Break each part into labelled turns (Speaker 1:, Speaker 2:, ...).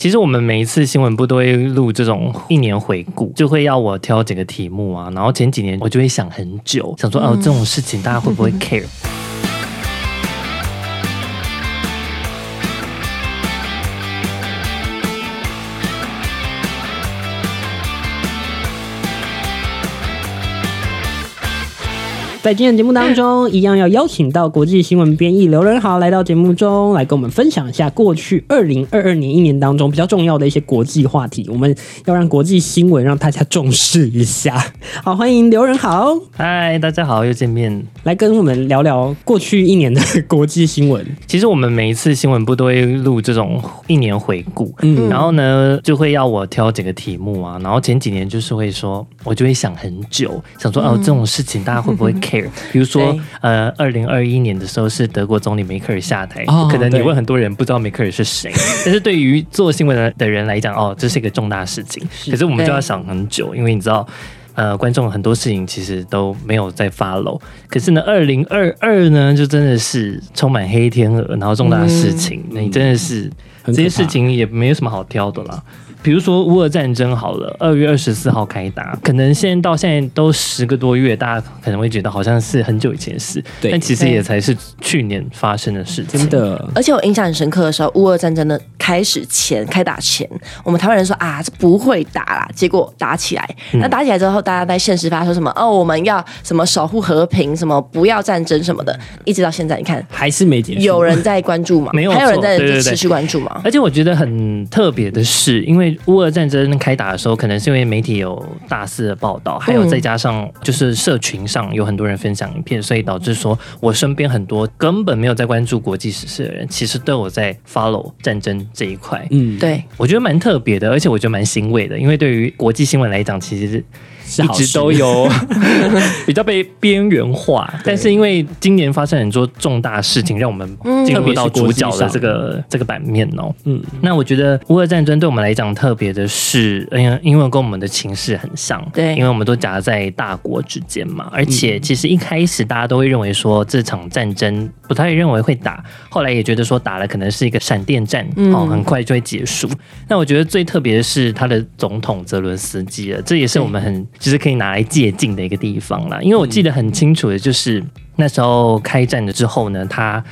Speaker 1: 其实我们每一次新闻部都会录这种一年回顾，就会要我挑几个题目啊，然后前几年我就会想很久，想说哦、这种事情大家会不会 care？
Speaker 2: 在今天的节目当中，一样要邀请到国际新闻编译刘仁豪来到节目中，来跟我们分享一下过去二零二二年一年当中比较重要的一些国际话题。我们要让国际新闻让大家重视一下。 好，欢迎刘仁豪
Speaker 1: 嗨、大家好，又见面。
Speaker 2: 来跟我们聊聊过去一年的国际新闻。
Speaker 1: 其实我们每一次新闻部都会录这种一年回顾，嗯，然后呢就会要我挑几个题目啊，然后前几年就是会说，我就会想很久，想说哦这种事情大家会不会 care？比如说
Speaker 2: 对
Speaker 1: 呃，二零二一年的时候是德国总理梅克尔下台，
Speaker 2: 哦
Speaker 1: 可能你
Speaker 2: 对
Speaker 1: 问很多人不知道梅克尔是谁，但是对于做新闻的的人来讲，哦这是一个重大事情，可是我们就
Speaker 2: 对
Speaker 1: 要想很久，因为你知道。呃，观众很多事情其实都没有在 follow，可是呢，二零二二呢，就真的是充满黑天鹅，然后重大事情，那你真的是这
Speaker 2: 嗯很可
Speaker 1: 些
Speaker 2: 怕
Speaker 1: 事情也没有什么好挑的啦。比如说乌俄战争好了，二月二十四号开打，可能现在到现在都十个多月，大家可能会觉得好像是很久以前的事，
Speaker 2: 对
Speaker 1: 但其实
Speaker 3: 对
Speaker 1: 也才是去年发生的事情。
Speaker 2: 真的，
Speaker 3: 而且我印象很深刻的时候，乌俄战争的开始前、开打前，我们台湾人说啊，这不会打啦，结果打起来。
Speaker 1: 嗯
Speaker 3: 那打起来之后，大家在现实发说什么？哦，我们要什么守护和平，什么不要战争什么的，一直到现在，你看
Speaker 2: 还是没结束。
Speaker 3: 有人在关注吗？
Speaker 1: 没有
Speaker 3: 还有人在
Speaker 1: 错对对对
Speaker 3: 持续关注吗？
Speaker 1: 而且我觉得很特别的是，因为乌俄战争开打的时候，可能是因为媒体有大肆的报道，还有再加上就是社群上有很多人分享影片，所以导致说我身边很多根本没有在关注国际时事的人，其实都有在 follow 战争这一块。
Speaker 2: 嗯，
Speaker 3: 对，
Speaker 1: 我觉得蛮特别的，而且我觉得蛮欣慰的，因为对于国际新闻来讲，其实
Speaker 2: 是
Speaker 1: 一
Speaker 2: 好
Speaker 1: 直
Speaker 2: 事
Speaker 1: 都有 比较被边缘化，但是因为今年发生很多重大事情，让我们进入到主角的这个这个版面哦。
Speaker 2: 嗯
Speaker 1: 嗯，那我觉得乌俄战争对我们来讲特别的是，哎因为因为跟我们的情势很像，
Speaker 3: 对
Speaker 1: 因为我们都夹在大国之间嘛，而且其实一开始大家都会认为说这场战争不太认为会打，后来也觉得说打了可能是一个闪电战，哦，很快就会结束。那我觉得最特别的是他的总统泽伦斯基了，这也是我们很其实可以拿来借鉴的一个地方啦。因为我记得很清楚的就是那时候开战了之后呢，他。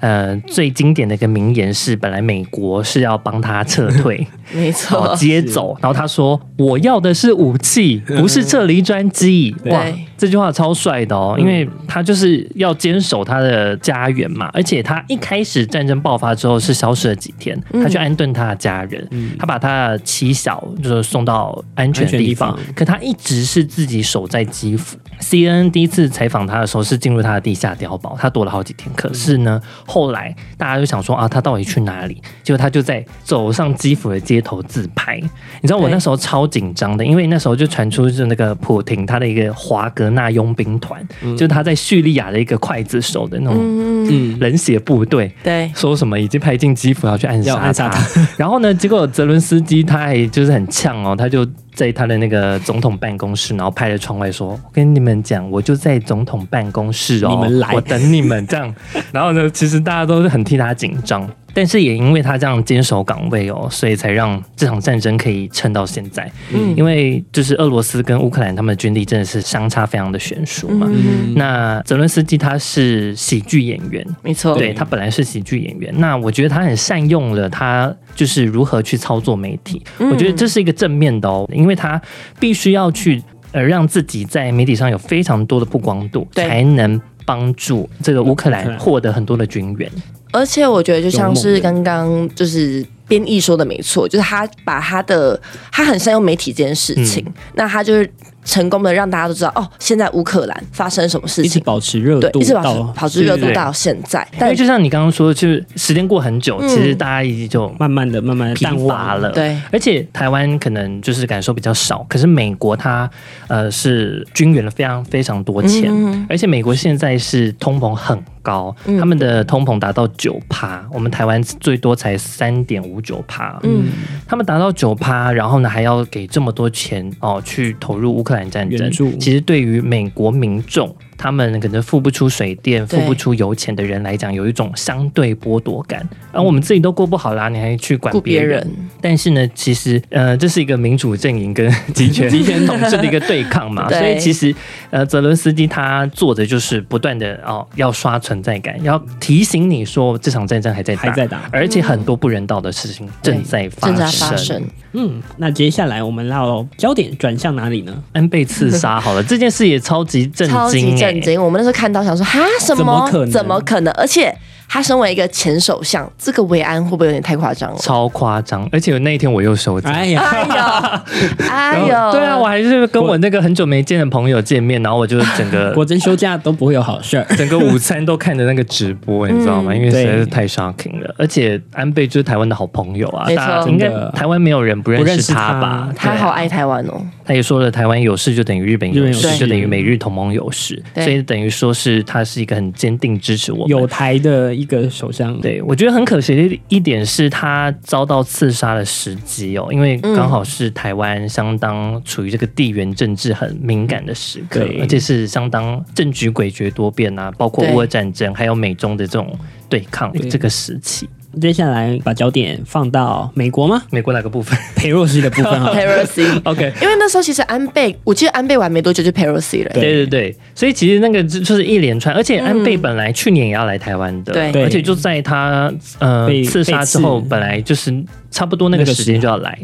Speaker 1: 呃，最经典的一个名言是，本来美国是要帮他撤退，
Speaker 3: 没
Speaker 1: 哦
Speaker 3: 错，
Speaker 1: 接走，然后他说我要的是武器，不是撤离专机。
Speaker 2: 对
Speaker 1: 哇，这句话超帅的哦，因为他就是要坚守他的家园嘛，而且他一开始战争爆发之后是消失了几天，他去安顿他的家人，他把他的妻小就是送到安全的地方，
Speaker 2: 安全地
Speaker 1: 可他一直是自己守在基辅。CNN 第一次采访他的时候是进入他的地下碉堡，他躲了好几天。可是呢，后来大家就想说啊，他到底去哪里？结果他就在走上基辅的街头自拍。你知道我那时候超紧张的，因为那时候就传出是那个普廷他的一个华格纳佣兵团，就是他在叙利亚的一个刽子手的那种冷血部队。
Speaker 3: 对，
Speaker 1: 说什么已经派进基辅要去暗杀
Speaker 2: 要暗杀他
Speaker 1: 他， 然后呢，结果泽伦斯基他还就是很呛哦，他就在他的那个总统办公室，然后拍着窗外说：“我跟你们讲，我就在总统办公室哦，
Speaker 2: 你们来
Speaker 1: 我等你们。”这样，然后呢，其实大家都是很替他紧 张。但是也因为他这样坚守岗位哦，所以才让这场战争可以撑到现在。
Speaker 3: 嗯
Speaker 1: 因为就是俄罗斯跟乌克兰他们的军力真的是相差非常的悬殊嘛。
Speaker 3: 嗯，
Speaker 1: 那泽伦斯基他是喜剧演员，
Speaker 3: 没错，
Speaker 1: 对他本来是喜剧演员，那我觉得他很善用了他就是如何去操作媒体，我觉得这是一个正面的哦，因为他必须要去呃让自己在媒体上有非常多的曝光度，
Speaker 3: 对
Speaker 1: 才能帮助这个乌克
Speaker 2: 乌克
Speaker 1: 兰
Speaker 2: 兰
Speaker 1: 获得很多的军援。
Speaker 3: 而且我觉得就像
Speaker 2: 有梦
Speaker 3: 是
Speaker 2: 的
Speaker 3: 刚刚就是编译说的没错，就是他把他的他很善用媒体这件事情，那他就是成功的让大家都知道哦，现在乌克兰发生什么 事
Speaker 2: 一直
Speaker 3: 情。
Speaker 2: 保持热
Speaker 3: 对，
Speaker 2: 度
Speaker 3: 一直保
Speaker 2: 到
Speaker 3: 持保持热度
Speaker 1: 对
Speaker 3: 到现在，
Speaker 1: 因
Speaker 3: 但
Speaker 1: 为就像你刚刚说，就是时间过很久，
Speaker 3: 嗯
Speaker 1: 其实大家已经就
Speaker 2: 慢慢的、慢慢的
Speaker 1: 疲
Speaker 2: 淡
Speaker 1: 乏
Speaker 2: 化
Speaker 1: 了，
Speaker 3: 对
Speaker 1: 而且台湾可能就是感受比较少，可是美国它呃是军援了非常非常多钱，而且美国现在是通膨很高，他们的通膨达到九趴，我们台湾最多才三点五九趴，嗯，他们达到九趴，然后呢还要给这么多钱哦去投入乌克兰战争
Speaker 2: 援助，
Speaker 1: 其实对于美国民众。他们可能付不出水电、付
Speaker 3: 对
Speaker 1: 不出油钱的人来讲，有一种相对剥夺感。而、我们自己都过不好啦，你还去管
Speaker 3: 顾
Speaker 1: 别
Speaker 3: 别
Speaker 1: 人？
Speaker 3: 人，
Speaker 1: 但是呢，其实呃，这是一个民主阵营跟 集 权集权统治的一个对抗嘛，
Speaker 3: 对
Speaker 1: 所以其实呃，泽伦斯基他做的就是不断的哦，要刷存在感，要提醒你说这场战争还在打，
Speaker 2: 还在打
Speaker 1: 而且很多不人道的事情正在发生，
Speaker 3: 嗯正在发生。
Speaker 2: 嗯，那接下来我们要焦点转向哪里呢？
Speaker 1: 安倍刺杀好了，这件事也超级震
Speaker 3: 超级
Speaker 1: 惊、欸，
Speaker 3: 震惊！我们那时候看到想说，哈，什
Speaker 2: 怎么可能
Speaker 3: 怎么可能？而且他身为一个前首相，这个维安会不会有点太夸张 了？
Speaker 1: 超夸张，而且那一天我又收集。
Speaker 2: 哎呀，
Speaker 3: 哎呦，哎呦，
Speaker 1: 对啊，我还是跟我那个很久没见的朋友见面，然 后我就整个
Speaker 2: 果真休假都不会有好事儿。
Speaker 1: 整个午餐都看着那个直播，你知道吗？因为实在是太 shocking 了。而且安倍就是台湾的好朋友啊，
Speaker 3: 没错
Speaker 1: 大家应该台湾没有人不认识他吧？
Speaker 2: 不认识
Speaker 3: 他
Speaker 1: 对啊
Speaker 3: 好，爱台湾哦，
Speaker 1: 他也说了，台湾有事就等于日本
Speaker 2: 日本
Speaker 1: 有
Speaker 2: 有
Speaker 1: 事，
Speaker 2: 事
Speaker 1: 就等于美日同盟有事，
Speaker 3: 对
Speaker 1: 所以等于说是他是一个很坚定支持我们
Speaker 2: 有台的一个首相，
Speaker 1: 对，我觉得很可惜的一点是他遭到刺杀的时机哦，因为
Speaker 2: 嗯
Speaker 1: 刚好是台湾相当处于这个地缘政治很敏感的时刻
Speaker 2: 对，
Speaker 1: 而且是相当政局诡谲多变啊，包括
Speaker 3: 对
Speaker 1: 乌俄战争，还有美中的这种对抗
Speaker 2: 对
Speaker 1: 这个时期。
Speaker 2: 接下来把焦点放到美国吗？
Speaker 1: 美国哪个部分
Speaker 2: 裴若曦的部分
Speaker 3: 啊
Speaker 2: 哈，
Speaker 3: Pelosi。
Speaker 1: ？OK。
Speaker 3: 因为那时候其实安倍，我记得安倍完没多久就 Pelosi 了、
Speaker 2: 对
Speaker 1: 对对对，所以其实那个就就是一连串，而且安倍本来去年也要来台湾的，
Speaker 3: 嗯对
Speaker 1: 而且就在他呃
Speaker 2: 被
Speaker 1: 刺杀之后
Speaker 2: 被，刺
Speaker 1: 本来就是差不多那个时
Speaker 2: 那个时嗯
Speaker 1: 间就要来。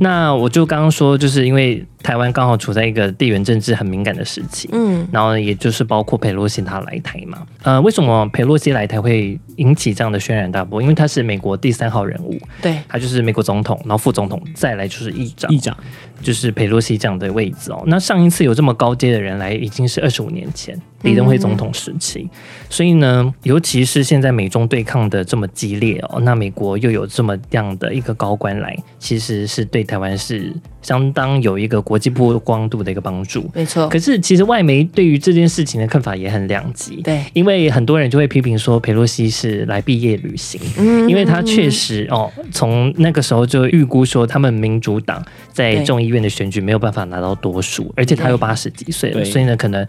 Speaker 1: 那我就刚刚说，就是因为台湾刚好处在一个地缘政治很敏感的时期，
Speaker 3: 嗯，
Speaker 1: 然后也就是包括佩洛西他来台嘛，呃，为什么佩洛西来台会引起这样的轩然大波？因为他是美国第三号人物，
Speaker 3: 对，
Speaker 1: 他就是美国总统，然后副总统，再来就是议长，
Speaker 2: 议长，
Speaker 1: 就是佩洛西这样的位置哦。那上一次有这么高阶的人来，已经是二十五年前李登辉总统时期。所以呢，尤其是现在美中对抗的这么激烈哦，那美国又有这么样的一个高官来，其实是对台湾是相当有一个国际曝光度的一个帮助。
Speaker 3: 没错
Speaker 1: 可，是，其实外媒对于这件事情的看法也很两极。
Speaker 3: 对
Speaker 1: 因为很多人就会批评说，佩洛西是来毕业旅行，
Speaker 3: 嗯
Speaker 1: 因为他确实哦，从那个时候就预估说，他们民主党在
Speaker 3: 对
Speaker 1: 众议院的选举没有办法拿到多数，而且他又八十几岁
Speaker 2: 对
Speaker 1: 了，所以呢，可能。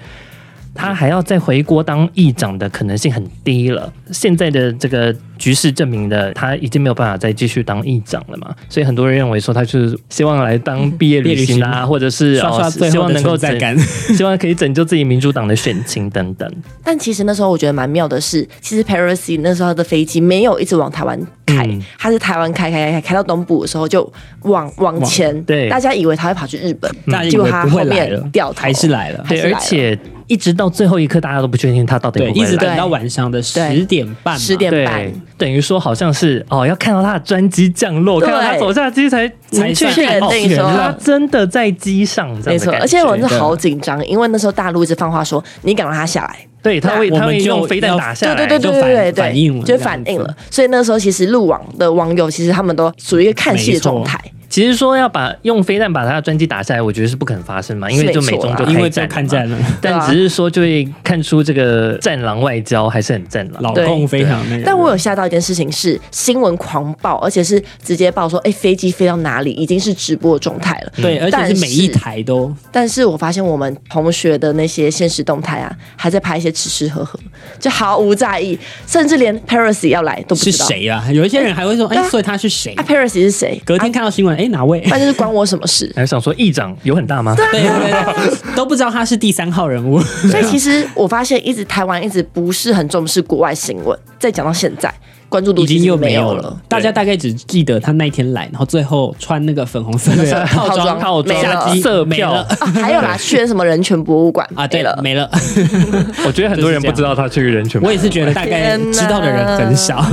Speaker 1: 他还要再回国当议长的可能性很低了。现在的这个局势证明了他已经没有办法再继续当议长了嘛，所以很多人认为说他就是希望来当毕业旅行
Speaker 2: 毕业旅
Speaker 1: 啊，
Speaker 2: 行
Speaker 1: 或者是
Speaker 2: 刷刷
Speaker 1: 哦
Speaker 2: 最
Speaker 1: 希
Speaker 2: 后
Speaker 1: 望
Speaker 2: 的
Speaker 1: 能够
Speaker 2: 存
Speaker 1: 拯
Speaker 2: 在感。
Speaker 1: 希望可以拯救自己民主党的选情等等。
Speaker 3: 但其实那时候我觉得蛮妙的是，其实 Pelosi 那时候的飞机没有一直往台湾开，
Speaker 1: 嗯
Speaker 3: 他是台湾开开开开开到东部的时候就往往前，
Speaker 1: 对
Speaker 3: 大家以为他会跑去日本，
Speaker 2: 嗯大家以
Speaker 3: 结果
Speaker 2: 为
Speaker 3: 嗯他
Speaker 2: 不
Speaker 3: 后
Speaker 2: 会来了
Speaker 3: 面掉，头
Speaker 2: 还是来了。
Speaker 3: 还
Speaker 1: 对
Speaker 3: 是，来
Speaker 1: 而
Speaker 3: 了
Speaker 1: 且一直到最后一刻，大家都不确定他到底
Speaker 2: 对，
Speaker 1: 会不
Speaker 2: 一
Speaker 1: 会
Speaker 2: 直
Speaker 1: 来。
Speaker 2: 等到晚上的
Speaker 3: 对
Speaker 2: 十点半嘛，
Speaker 3: 10点
Speaker 1: 对
Speaker 3: 半，
Speaker 1: 等于说好像是哦，要看到他的专机降落，
Speaker 3: 对
Speaker 1: 看到他走下机才能确
Speaker 2: 确
Speaker 1: 定
Speaker 3: 认
Speaker 1: 哦
Speaker 3: 定说
Speaker 2: 啊
Speaker 1: 他真的在机上这
Speaker 3: 没
Speaker 1: 样的
Speaker 3: 错，
Speaker 1: 感觉。
Speaker 3: 而且我那
Speaker 1: 那
Speaker 3: 时候好紧张，因为那时候大陆一直放话说你敢让他下来，
Speaker 1: 对他会
Speaker 2: 那我
Speaker 1: 他
Speaker 2: 们
Speaker 1: 会
Speaker 2: 就
Speaker 1: 用飞弹
Speaker 2: 要
Speaker 1: 打下来，
Speaker 3: 对对对
Speaker 2: 哎就
Speaker 3: 对
Speaker 2: 反
Speaker 3: 对对，
Speaker 2: 反应了
Speaker 3: 就反应
Speaker 2: 这样
Speaker 3: 了。所以那时候其实路网的网友其实他们都属于一个看戏的状态，
Speaker 1: 其实说要把用飞弹把他的专机打下来，我觉得是不可能发生嘛，因为
Speaker 3: 是
Speaker 1: 就
Speaker 3: 没
Speaker 1: 美
Speaker 3: 错
Speaker 1: 中
Speaker 3: 啦啊
Speaker 1: 就
Speaker 2: 因为
Speaker 1: 开
Speaker 2: 在
Speaker 1: 战
Speaker 2: 看
Speaker 1: 嘛
Speaker 2: 战了，
Speaker 1: 但只是说就会看出这个战狼外交还是很战狼。？
Speaker 2: 老
Speaker 3: 对
Speaker 2: 共非常那个。
Speaker 3: 但我有吓到一件事情是新闻狂报，而且是直接报说，哎、飞机飞到哪里，已经是直播的状态了。
Speaker 2: 对，而且
Speaker 3: 但
Speaker 2: 是每一
Speaker 3: 是
Speaker 2: 台都
Speaker 3: 但是我发现我们同学的那些现实动态啊，还在拍一些吃吃喝喝，就毫无在意，甚至连 Paris 要来都不
Speaker 2: 是
Speaker 3: 知道。
Speaker 2: 谁啊？有一些人还会说，
Speaker 3: 对啊
Speaker 2: 哎，所以他是谁
Speaker 3: 啊？？Paris 是谁？
Speaker 2: 隔天看到新
Speaker 3: 啊
Speaker 2: 闻，哎，哪 位？
Speaker 3: 那就是关我什么事
Speaker 1: 还想说议长有很大吗？
Speaker 3: 啊
Speaker 2: 对对对，都不知道他是第三号人 物。
Speaker 3: 所以其实我发现，一直台湾一直不是很重视国外新闻，再讲到现在，关注度
Speaker 2: 已经
Speaker 3: 其实
Speaker 2: 又
Speaker 3: 没
Speaker 2: 没有
Speaker 3: 了
Speaker 2: 了。，大家大概只记得他那天来，然后最后穿那个粉红色
Speaker 3: 色
Speaker 2: 的
Speaker 3: 套装
Speaker 1: 套装
Speaker 3: 没了
Speaker 1: 下机色票
Speaker 2: 没了
Speaker 3: 啊还 有啦，去了什么人权博物馆
Speaker 2: 啊，对
Speaker 3: 没
Speaker 2: 了，
Speaker 3: 了，
Speaker 2: 没了。
Speaker 1: 我觉得很多人不知道他去人权。
Speaker 2: 我也是觉得大概
Speaker 3: 天哪
Speaker 2: 知道的人很少。